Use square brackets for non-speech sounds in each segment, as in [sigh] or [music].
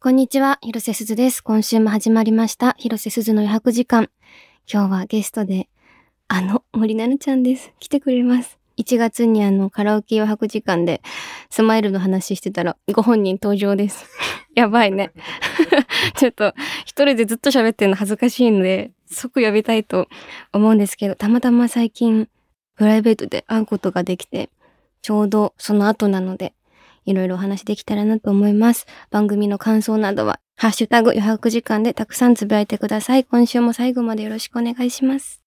こんにちは、広瀬すずです。今週も始まりました、広瀬すずの余白時間。今日はゲストで、あの、森奈々ちゃんです。来てくれます。1月にあの、カラオケ余白時間で、スマイルの話してたら、ご本人登場です。 [laughs] やばいね。 [laughs] ちょっと、一人でずっと喋ってるの恥ずかしいので、即呼びたいと思うんですけど、たまたま最近、プライベートで会うことができて、ちょうどその後なので、いろいろお話できたらなと思います。番組の感想などは、ハッシュタグ余白時間でたくさんつぶやいてください。今週も最後までよろしくお願いします。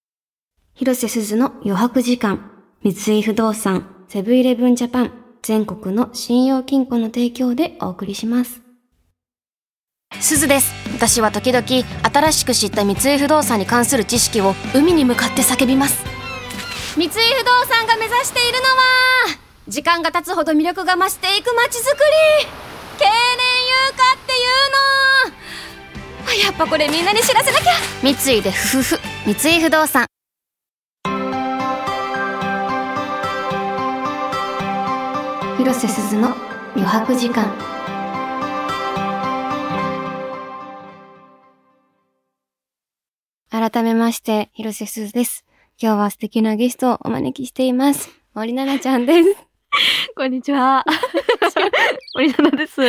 広瀬すずの余白時間、三井不動産、セブンイレブンジャパン、全国の信用金庫の提供でお送りします。すずです。私は時々、新しく知った三井不動産に関する知識を海に向かって叫びます。三井不動産が目指しているのは、時間が経つほど魅力が増していく街づくり経年優化っていうのやっぱこれみんなに知らせなきゃ三井でふふふ三井不動産広瀬すずの余白時間改めまして広瀬すずです今日は素敵なゲストをお招きしています森奈々ちゃんですこんにち [laughs] は。森奈です。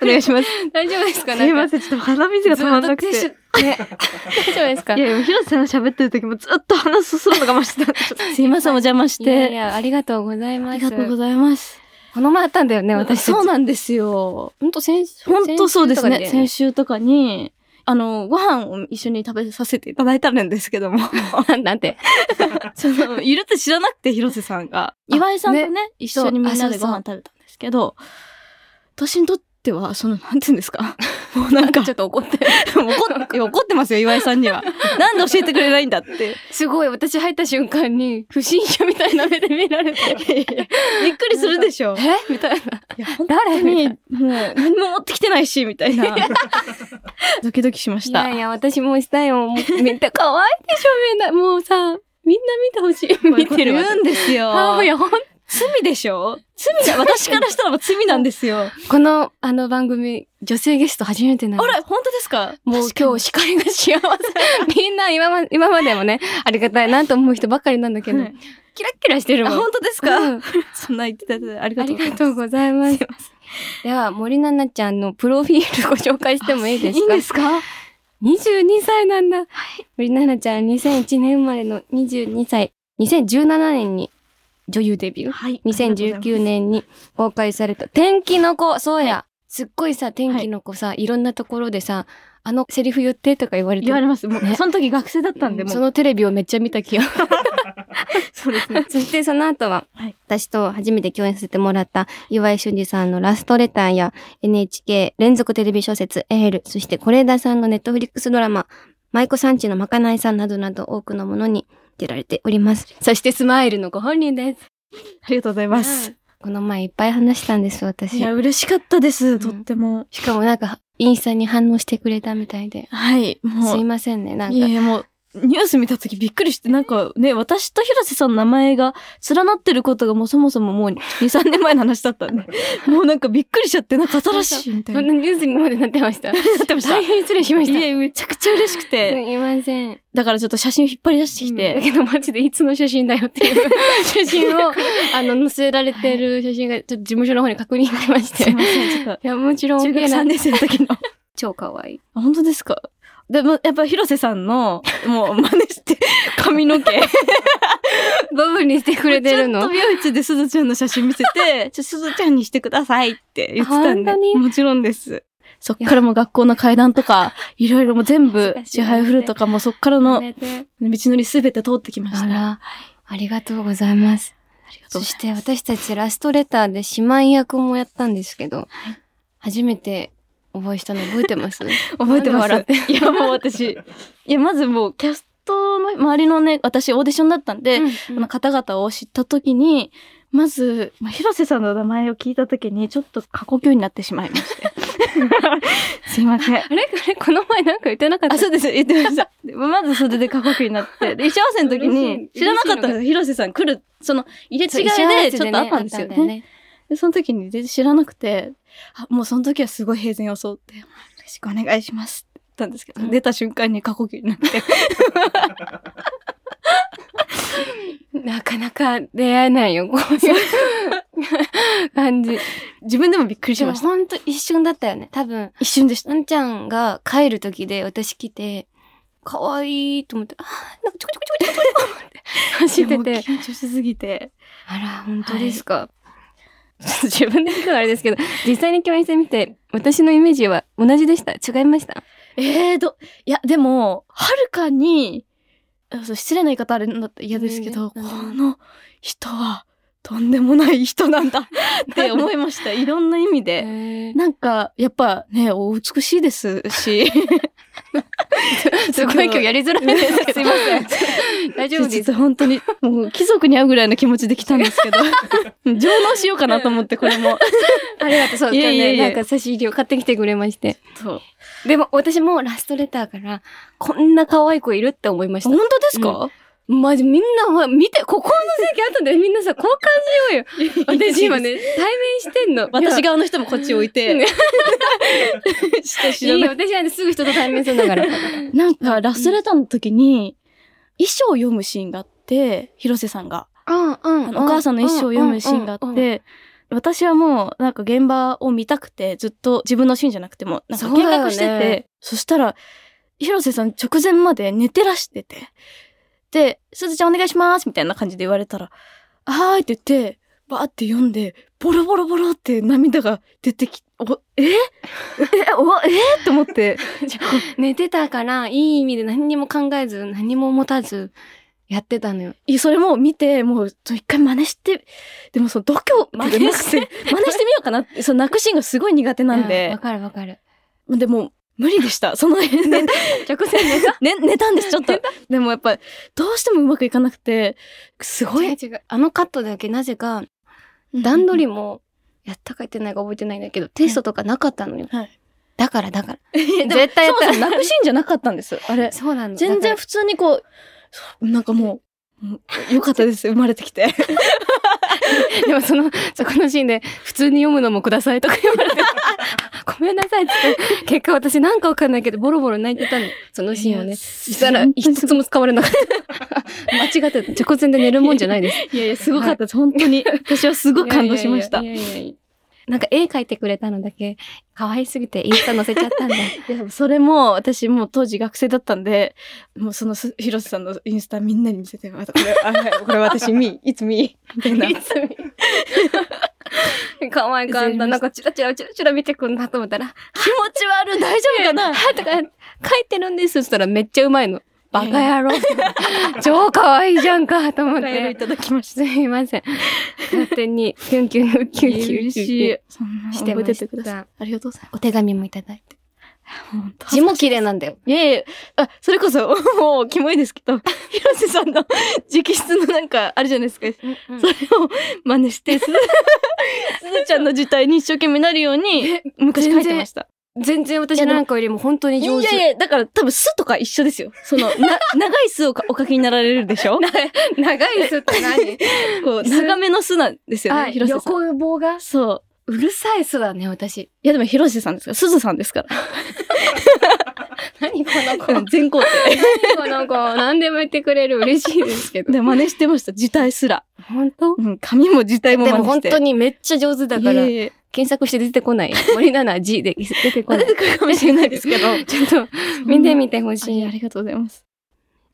お願いします。 [laughs] 大丈夫ですかすいません、ちょっと鼻水が止まんなくて。ね、 [laughs] 大丈夫ですかいや、広瀬さんが喋ってる時もずっと話すするの我慢してた。 [laughs] すいません、お邪魔して。いやいや、ありがとうございます。ありがとうございます。この前あったんだよね、私そうなんですよ。本当先週。本当そうですね。先週とかに、あの、ご飯を一緒に食べさせていただいたんですけど [laughs] も。 [laughs] なんて。その、いるって知らなくて、広瀬さんが。岩井さんとね、ね一緒にみんなでご飯食べたんですけど、私にとっては、その、なんて言うんです [laughs] か。もうなんか。ちょっと怒って。 [laughs] 怒って、怒ってますよ、岩井さん [laughs] には。なんで教えてくれないんだって。 [laughs] すごい、私入った瞬間に、不審者みたいな目で見られ [laughs] て。びっくりするでしょ。えみたいな。いや、本当に、もう、何も持ってきてないし、みたい [laughs] な。ドキドキしました。いやいや、私もしたよ。め [laughs] っちゃ可愛いでしょ、みんな。もうさ、みんな見 [laughs] てほしい。見てる。言うんですよ。あいや、ほん罪でしょ罪じゃ、私からしたらもう罪なんです [laughs] よ。この、あの番組、女性ゲスト初めてなの。あれ、本当ですかもう今日、光が幸せ。 [laughs] みんな今ま、今までもね、ありがたいなと思う人ばっかりなんだけど、はい、キラッキラしてるもん。本当ですか、うん、そんな言ってたありがとうございます。では、森奈々ちゃんのプロフィールご紹介してもいいですか [laughs] いいですか22歳なんだ。はい、森奈々ちゃん2001年生まれの22歳。2017年に女優デビュー。はい。2019年に公開された天気の子、そうや。はい、すっごいさ、天気の子さ、はい、いろんなところでさ、あのセリフ言ってとか言われて言われます。もう、ね、その時学生だったんで、もそのテレビをめっちゃ見た気が。そうですね。そしてその後は、はい、私と初めて共演させてもらった岩井俊二さんのラストレターや NHK 連続テレビ小説エール、そして是枝さんのネットフリックスドラマ、舞妓さんちのまかないさんなどなど多くのものに出られております。そしてスマイルのご本人です。ありがとうございます。この前いっぱい話したんです、私。いや、嬉しかったです、うん、とっても。しかもなんか、インスタに反応してくれたみたいで。はい、もう。すいませんね、なんか。いやいや、もう、ニュース見た時びっくりして、なんかね、私と広瀬さんの名前が連なってることがもうそもそももう2、3年前の話だったんで、もうなんかびっくりしちゃって、なんか新しいみたいな。 [laughs] そんなニュースにまでなってました。なってました。大変失礼しました。いや、めちゃくちゃ嬉しくて。すいません。だからちょっと写真引っ張り出してきて。だけどマジでいつの写真だよっていう写真 [laughs] を、あの、載せられてる写真が、ちょっと事務所の方に確認されまして。すいません、ちょっと。いや、もちろん、中学3年生の時の。超可愛い。本当ですかでも、やっぱ広瀬さんの、もう真似して、髪の毛ボブにしてくれてるのちょっと美容室ですずちゃんの写真見せ [laughs] て、ちょ、すずちゃんにしてくださいって言ってたんで。もちろんです。そっからも学校の階段とか、いろいろも全部、支配フルとかもそっからの道のりすべて通ってきました。あら、ありがとうございます。ありがとうそして私たちラストレターで姉妹役もやったんですけど、はい、初めて覚えしたの覚えて [laughs] ます覚えてます。いや、もう私、いや、まずもう、キャストの周りのね、私オーディションだったんで、うんうん、の方々を知った時に、まず、まあ、広瀬さんの名前を聞いた時に、ちょっと過呼吸になってしまい [laughs] まして。すいません。あれあれこの前なんか言ってなかったあ、そうです。言ってました。まずそれで過呼吸になって、で、衣装合わせの時に、知らなかったんです広瀬さん来る、その、入れ違いで、ちょっとあったんですよね。で、その時に全然知らなくて、あもうその時はすごい平然を装って、よろしくお願いしますって言ったんですけど、うん出た瞬間に過呼吸になって。 [laughs] なかなか出会えないよ、こういう感じ。自分でもびっくりしでもました。ほんと一瞬だったよね。多分、一瞬でした。なんちゃんが帰る時で私来て、かわいいと思って、あーなんかちょこちょこちょこちょこちょこって走っていやもうて。緊張しすぎて。あら、本当ですか。自分で言うのはあれですけど、実際に共演してみて、私のイメージは同じでした。違いました。えー、ど、いや、でも、はるかに、あそう失礼な言い方あれなんだったら嫌ですけど、全然この人はとんでもない人な [laughs] んだって思いました。いろんな意味で。なんか、やっぱね、お美しいです [laughs] し。すごい今日やりづらい [laughs] ですけど。すいませ [laughs] ん。大丈夫ちょ [laughs] でっす。と本当に、もう貴族に会うぐらいの気持ちで来たんです [laughs] けど、上納しようかなと思って、これも。ありがとう。そう、いえいえ今いえ日ねなんか差し入れを買ってきてくれまして。そうでも私もラストレターから、こんな可愛い子いるって思いました本。当ですか、マジみんなほら見て、ここの席後でみんなさ、交換しようよ。 [laughs] 私今ね、対面してんの。私が側の人もこっち置いて。ねしてい知らいなよい。私はね、すぐ人と対面するんだから。なんか、ラストレターの時に、衣装を読むシーンがあって、広瀬さんが。うんうんあのお母さんの衣装を読むシーンがあっ、て、私はもう、なんか現場を見たくて、ずっと自分のシーンじゃなくても、なんそかうだ計よね画してて、そ,、したら、広瀬さん直前まで寝てらしてて、で、すずちゃんお願いしますみたいな感じで言われたら、はーいって言って、バーって読んで、ボロボロボロって涙が出てき、お、ええ、 [laughs] お、えって [laughs] 思って、寝てたから、いい意味で何にも考えず、何も持たず、やってたのよ。いやそれも見て、もう、一回真似して、でもその度胸、真似して真似してみようかなって、その泣くシーンがすごい苦手なんうんでわ、かるわかる。でも、無理でした。その、ね、直線寝 [laughs] たね、寝たんです、ちょっと。でもやっぱ、どうしてもうまくいかなくて、すご違。いう違うあのカットだけなぜか、段取りも。も、やったかやってないか覚えてないんだけど、テストとかなかったのよ。はいだからだ [laughs] から。絶対やそっもたそも泣くシーンじゃなかったんです。あれ。そうなの。全然普通にこうそう、なんかもう、もうよかったです、生まれてきて。でもその、そこのシーンで、普通に読むのもくださいとか言われ [laughs] て、ごめんなさいって言って、結果私なんかわかんないけど、ボロボロ泣いてたの。そのシーンをね。ししたら、一つも使われなか [laughs] った。間違ってた。直前で寝るもんじゃ [laughs] ないです。いやいや、すごかったです。本当 [laughs] に。私はすごく感動しました。いいやいやいやいやいやなんか絵描いてくれたのだけ、可愛すぎてインスタ載せちゃったんだ。や、それも、私もう当時学生だったんで、もうそのす広瀬さんのインスタみんなに見せて、またこれ、あ [laughs] はいこれ私見、いつ見、みたいな。可愛かった。なんかチラチラチラチラ見てくんなと思ったら、気持ち悪い大丈夫かはなとか、書いてるんですって言ったらめっちゃうまいの。バカ野郎。超可愛いじゃんか、と思っお便りて。いただきましすいません。勝手に、キュンキュン、た。キュンキュン、キュンキュン。そんなして覚まえしたててください。ありがとうございお手紙もいただいて。ます。字も綺麗なんだよ。いやいや、あ、それこそ、もう、キモいですけど、広瀬さんの直筆のなんか、あるじゃないですか。それを真似して、すずすずちゃんの字体に一生懸命なるように、昔書いてました。全然私なんかよりも本当にい上手。やいや、だから多分、すとか一緒ですよ。その、な、 [laughs] 長いすをかお書きに [laughs] なられるでしょ長いすって何こう、す長めのすなんですよあ、ね、広瀬さん。横棒がそう。うるさいすだね、私。いやでも広瀬さんですから、すずさんですから。何この [laughs] うん全校この子、何でも言ってくれる嬉しいですけ生。で、真似してました。字体すら。 [laughs] 本当うん、紙も字体もで真も似し本て。当にめっちゃ上手だかいらえ、いえ検索して出てこない。森七 G [laughs] で出てこな出いて。くるかもしれないですけど。 [laughs] ちょっと、見てみてほいしやあい。りがとうございます。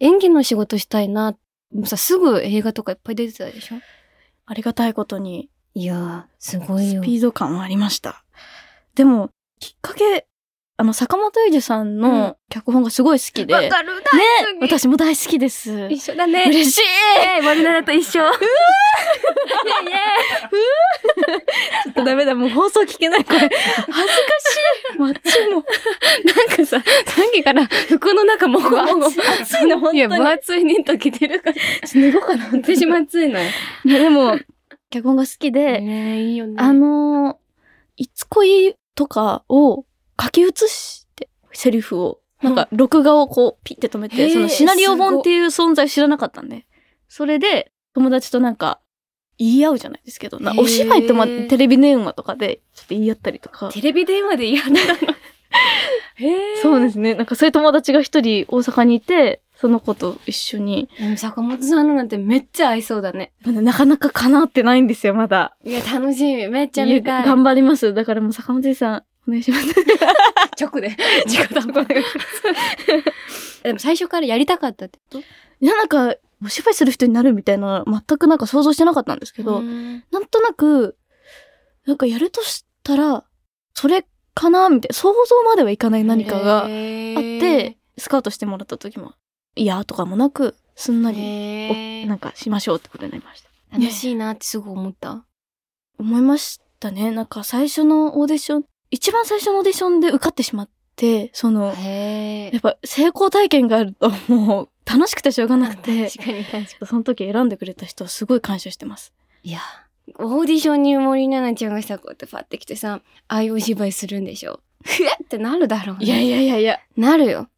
演技の仕事したいな。もうさ、すぐ映画とかいっぱい出てたでしょありがたいことに、いやー、すごいスよ。ピード感はありました。でも、きっかけ、あの、坂本龍二さんうの脚本がすごい好きで、るね、ね私も大好きです。一緒だね。嬉しいえー、森七と一緒。イェイイェイちょっとダメだ、もう放送聞けない、これ。 [laughs] 恥ずかしいマッチも。なんかさ、さっきから服の中もごもご。暑いの、本い当に。や、分厚いニット着てるから。脱ごうかな、本当に私も暑いのよ。いやでも、脚本が好きで、ねえ、いいよねあのー、いつ恋とかを書き写して、セリフを。なんか、録画をこう、ピッて止めへて、ーそのシナリオ本っていう存在を知らなかったんで。それで、友達となんか、言い合うじゃないですけど、なへーお芝居とま、テレビ電話とかでちょっと言い合ったりとか。テレビ電話で嫌 [laughs] なの。へえ。そうですね。なんかそういう友達が一人大阪にいて、その子と一緒に、でも坂本さんのなんてめっちゃ合いそうだね。まだなかなか叶ってないんですよ、まだ。いや、楽しみ。めっちゃ見たい。頑張ります。だからもう坂本さん、お願いし [laughs] ます。直で。 [laughs] 直談判。でも最初からやりたかったってこいや、なんか、お芝居する人になるみたいな、全くなんか想像してなかったんですけとど、なんとなく、なんかやるとしたら、それかなみたいな、想像まではいかない何かがあっあて、、スカウトしてもらった時も、いやとかもなく、すんなり、へおーなんかしましょうってことになりました。楽しいなってすぐ思った。思いましたね。なんか最初のオーディション、一番最初のオーディションで受かってしまって、その、へやっぱ成功体験があると、もう楽しくてしょうがなくて、確かに確かに。その時選んでくれた人はすごい感謝してます。いや、オーディションに森奈々ちゃんがさ、こうやってパッて来てさ、ああいうお芝居するんでし [laughs] ょ。ふえってなるだろうね。いやいやいやいや、なるよ。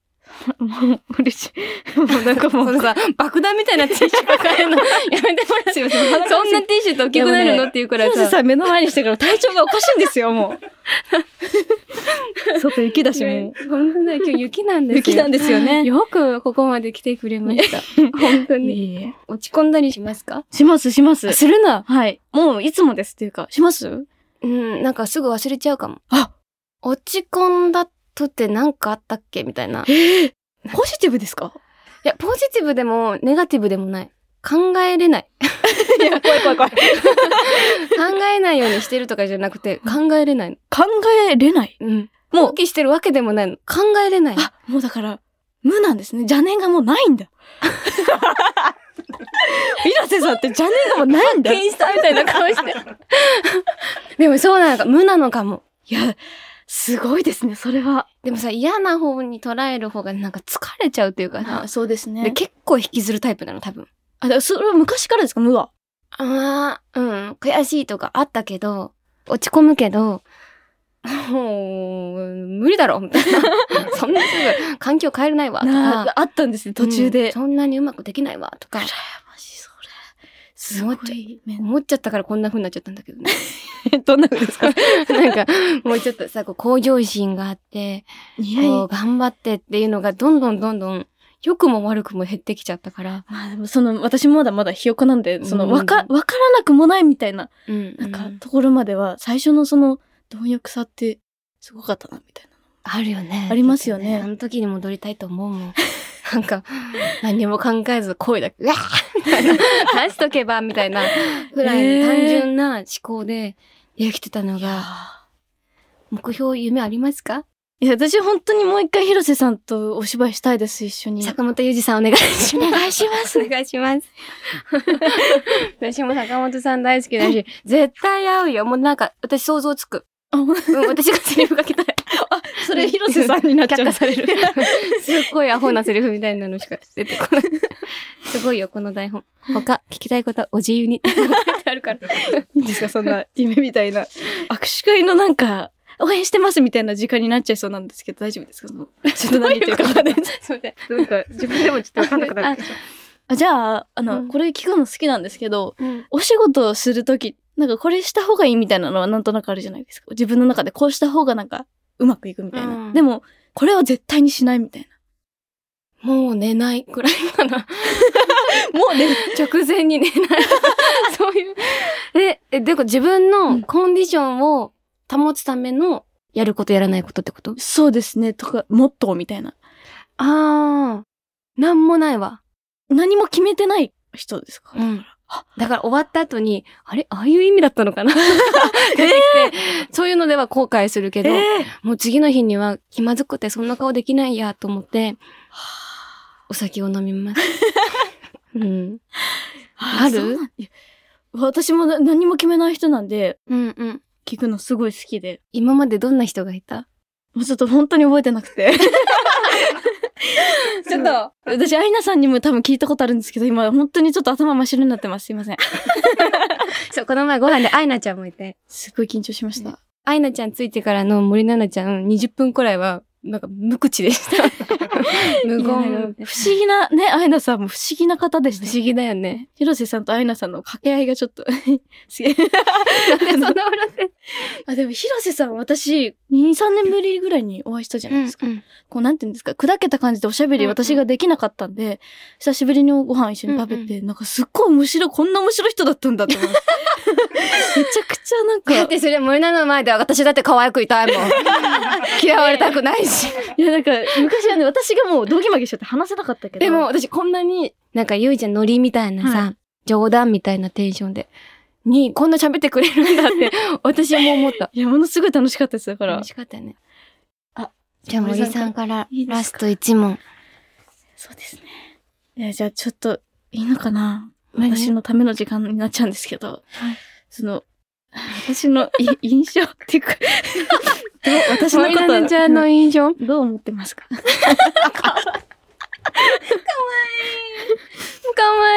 もう嬉しい。もうなんかも [laughs] そうのさ、爆弾みたいなティッシュ抱 [laughs] えるの。やめてもらってよ。そんなティッシュって大きくなるのっていうくらい広瀬さ。 [laughs] さん目の前にしてから体調がおかしいんですよ、もう。外雪だし、もう。本当だよ、今日雪なんですよ。雪なんですよねよくここまで来てくれました。本当に。いえいえ落ち込んだりしますかします、します。するな。はい。もういつもですっていうか、しますうん、なんかすぐ忘れちゃうかも。あ落ち込んだとってなんかあったっけみたいな。いポジティブですかや、ポジティブでもネガティブでもない。考えれ [laughs] ない。いや、怖い怖い怖い。考えないようにしてるとかじゃなくて、考えれないの。考えれない。うん。も放う、棄してるわけでもないの。考えれないの。あ、もうだから、無なんですね。邪念がもうないん [laughs] だ。広瀬さんって邪念がもうない [laughs] んだ。いしたみたいな顔して。 [laughs] でもそうなのか、無なのかも。や、すごいですね、それは。でもさ、嫌な方に捉える方がなんか疲れちゃうというかさ、そうですでね。結構引きずるタイプなの、多分。あ、だからそれは昔からですか、無は。ああ、うん、悔しいとかあったけど、落ち込むけど、もう、無理だろみ [laughs] たいな。そんなすぐ環境変えれないわ、となか。ああったんですね、途中うんで。そんなにうまくできないわ、とか羨。ましい、それ。すご思っちゃい面。思っちゃったからこんな風になっちゃったんだけどね。 [laughs] どんな風です [laughs] か [laughs] なんか、もうちょっとさ、こう、向上心があって、いやいこうや。頑張ってっていうのがどんどんどんどん良くも悪くも減ってきちゃったから、まあでもその、私もまだまだひよこなんで、その、わか、うわからなくもないみたいな、うんなんかう、ところまでは、最初のその、貪欲さって、すごかったな、みたいな。あるよねありますよねあの時に戻りたいと思うもんなんか何も考えず声だけ「うわっ!」みたい [laughs] な「出しとけば」みたいなぐらいの単純な思考でできてたのが、目標夢ありますかいや、私本当にもう一回広瀬さんとお芝居したいです、一緒に。坂本裕二さんお願いします。お願いしますお願いします。 [laughs] 私も坂本さん大好きだ [laughs] し、絶対合うよ。もうなんか、私想像つく。あほんうん、私がセリフかけたらそれ広瀬さんになっちゃ却下。うされ [laughs] る。すっごいアホなセリフみたいなのしか出てこ [laughs] ない。すごいよ、この台本。他、聞きたいことはお自由に。あるから。いいんですか、そん [laughs] な、夢みたいな。握手会のなんか、応援してますみたいな時間になっちゃいそうなんですけど、大丈夫ですかその [laughs] ちょっと何言ってるかわかん [laughs] ない。すいません。なんか、自分でもちょっとわかんなくなってきたあじゃあ、あの、うんこれ聞くの好きなんですけど、うんお仕事をするとき、なんかこれした方がいいみたいなのはなんとなくあるじゃないですか。自分の中でこうした方がなんか、うまくいくみたいな。うんでも、これは絶対にしないみたいもう寝ないくらいかな。な。もうね、直前に寝 [laughs] ない。そういう。え、え、でか自分のコンディションを保つためのやることやらないことってことそうですね、とか、モットーみたいな。ああ、なんもないわ。何も決めてない人ですか、うんだから終わった後に、あれああいう意味だったの [laughs] かな出てきて、そういうのでは後悔するけど、えもう次の日には気まずくてそんな顔できないやと思って、お酒を飲み [laughs] ます。うん。あるそうなんいや私もな何も決めない人なんで、うんうん。聞くのすごい好きで。今までどんな人がいたもうちょっと本当に覚えてなく [laughs] て。ちょっと、私、アイナさんにも多分聞いたことあるんですけど、今、本当にちょっと頭真っ白になってます。すいません。そう、この前ご飯でアイナちゃんもいて。すごい緊張しました。アイナちゃんついてからの森奈々ちゃん20分くらいはなんか無口で [laughs] した。無言。不思議な、ね、アイナさんも不思議な方でし不た。思議だよね。広瀬さんとアイナさんの掛け合いがちょっと [laughs] すげえ。そん [laughs] な笑って。あ、でも広瀬さん私、2、3年ぶりぐらいにお会いしたじゃないですか。こう、なんていうんですか、砕けた感じでおしゃべりうんうん私ができなかったんで、久しぶりにご飯一緒に食べて、なんかすっごい面白い、こんな面白い人だったんだと [laughs] 思って。めちゃくちゃなんか、 [laughs] だってそれ森菜の前で私だって可愛くいたいもん。嫌われたくないし。いやなんか、昔はね、私がもうドギマギしちゃって話せなかったけど。でも、私こんなに、なんかゆいちゃんノリみたいなさ、は冗談みたいなテンションで、に、こんな喋ってくれるんだ [laughs] って、私も思った。いや、ものすごい楽しかったです、だから楽。しかったよね。あ、じゃあ森さんからいいでラすスかト1問。そうですね。いや、じゃあちょっと、いいのかな何私のための時間になっちゃうんですけど、はいその、私のい印象っていうか、 [laughs] どう私のこ森と菜ちゃんの印象どう思ってますか [laughs] かわ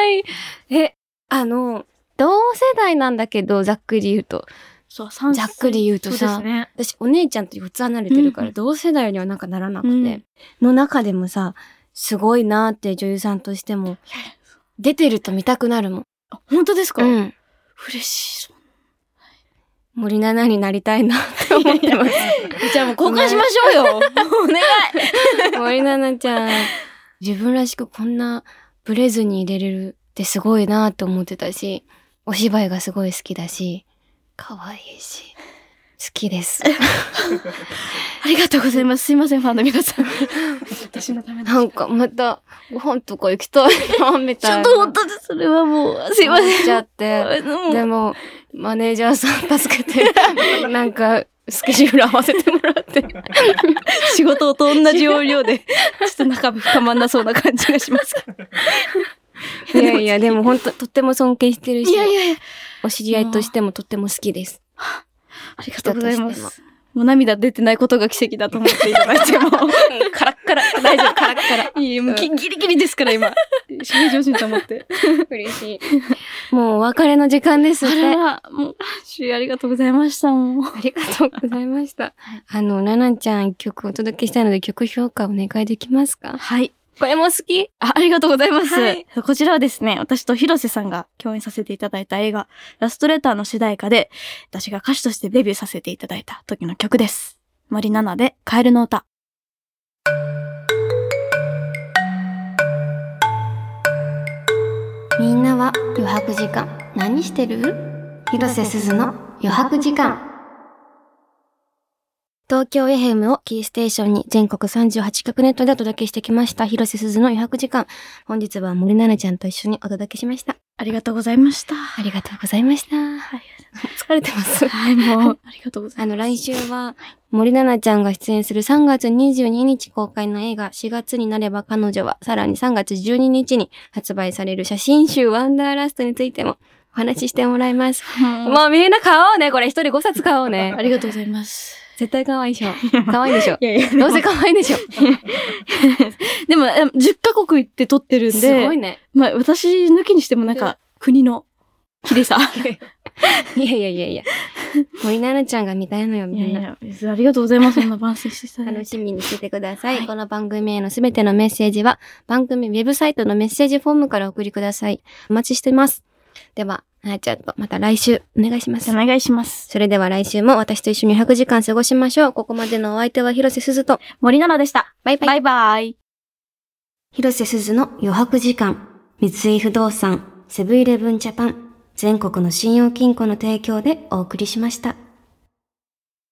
いい。え、あの、同世代なんだけど、ざっくり言うと。そう、3ざっくり言うとさ、ね。私お姉ちゃんと4つ離れてるかうら、ん同世代にはなんかならなくて、うんの中でもさ、すごいなーって女優さんとしても、出てると見たくなるもん。あ本当ですか、うん。嬉しい。森七菜になりたいなって思って [laughs] ます。じゃあもう交換しましょうよお願 [laughs] い森七菜ちゃん、自分らしくこんなブレずに入れれるってすごいなって思ってたし、お芝居がすごい好きだし、可愛いし、好き [laughs] です。ありがとうございます。すいません、ファンの皆さん。私のためなんかまたご飯とか行きたいな、みちょたいっな。と本当にそれはもう、すいません。思っちゃって。もうでも、マネージャーさん助けて、 [laughs] なんか、スケジュール合わせてもらって。仕事と同じ要領で、ちょっと仲深まんなそうな感じがしますけいやいや、でも本当とっても尊敬してるど。しい、やいやいや、お知り合いとしてもとっても好きです。ありがとうございま人としす。もう涙出てないことが奇跡だと思っていただいても。 [laughs] カラッカラ、大丈夫、カラッカラ。いや、もうギギリギリですから、今。正常心と思って。 [laughs] 嬉しい。もうお別れの時間ですあって。らら、もう、主ありがとうございました、もう。ありがとうございました。あの、ななちゃん一曲お届けしたいので曲評価お願いできますかはい。これも好きあありがとうございます、はいこちらはですね、私と広瀬さんが共演させていただいた映画、ラストレターの主題歌で、私が歌手としてデビューさせていただいた時の曲です。森七菜で、カエルの歌。みんなは余白時間何してる広瀬すずの余白時間東京 FM をキーステーションに全国38局ネットでお届けしてきました広瀬すずの余白時間本日は森奈々ちゃんと一緒にお届けしましたありがとうございました。ありがとうございました [laughs] 疲れてますはい、もう、ありがとうござあいまの、す。来週は、森七菜ちゃんが出演する3月22日公開の映画、4月になれば彼女は、さらに3月12日に発売される写真集ワンダーラストについてもお話ししてもらいます。もうもうみんな買おうね。これ一人5冊買おうね [laughs] あ。りがとうございます。絶対可愛い [laughs] でしょ。可愛いでしょ。いやいや、どうせ可愛いでしょ。でも、え10カ国行って撮ってるんで、 [laughs] すごいね。まあ、私抜きにしてもなんか、国の綺麗 [laughs] さ。いやいやいやいや。森七菜ちゃんが見たいのよ、みいんなや。いや、ありがとうございます。そんな番宣していただいて楽しみにしててください。はいこの番組へのすべてのメッセージは、番組ウェブサイトのメッセージフォームからお送りください。お待ちしてます。では、なやちゃんとまた来週お願いしますお。願いします。それでは来週も私と一緒に100時間過ごしましょう。ここまでのお相手は広瀬すずと、森七菜でした。バイバイ。バイバイ。広瀬すずの余白時間、三井不動産、セブンイレブンジャパン、全国の信用金庫の提供でお送りしました。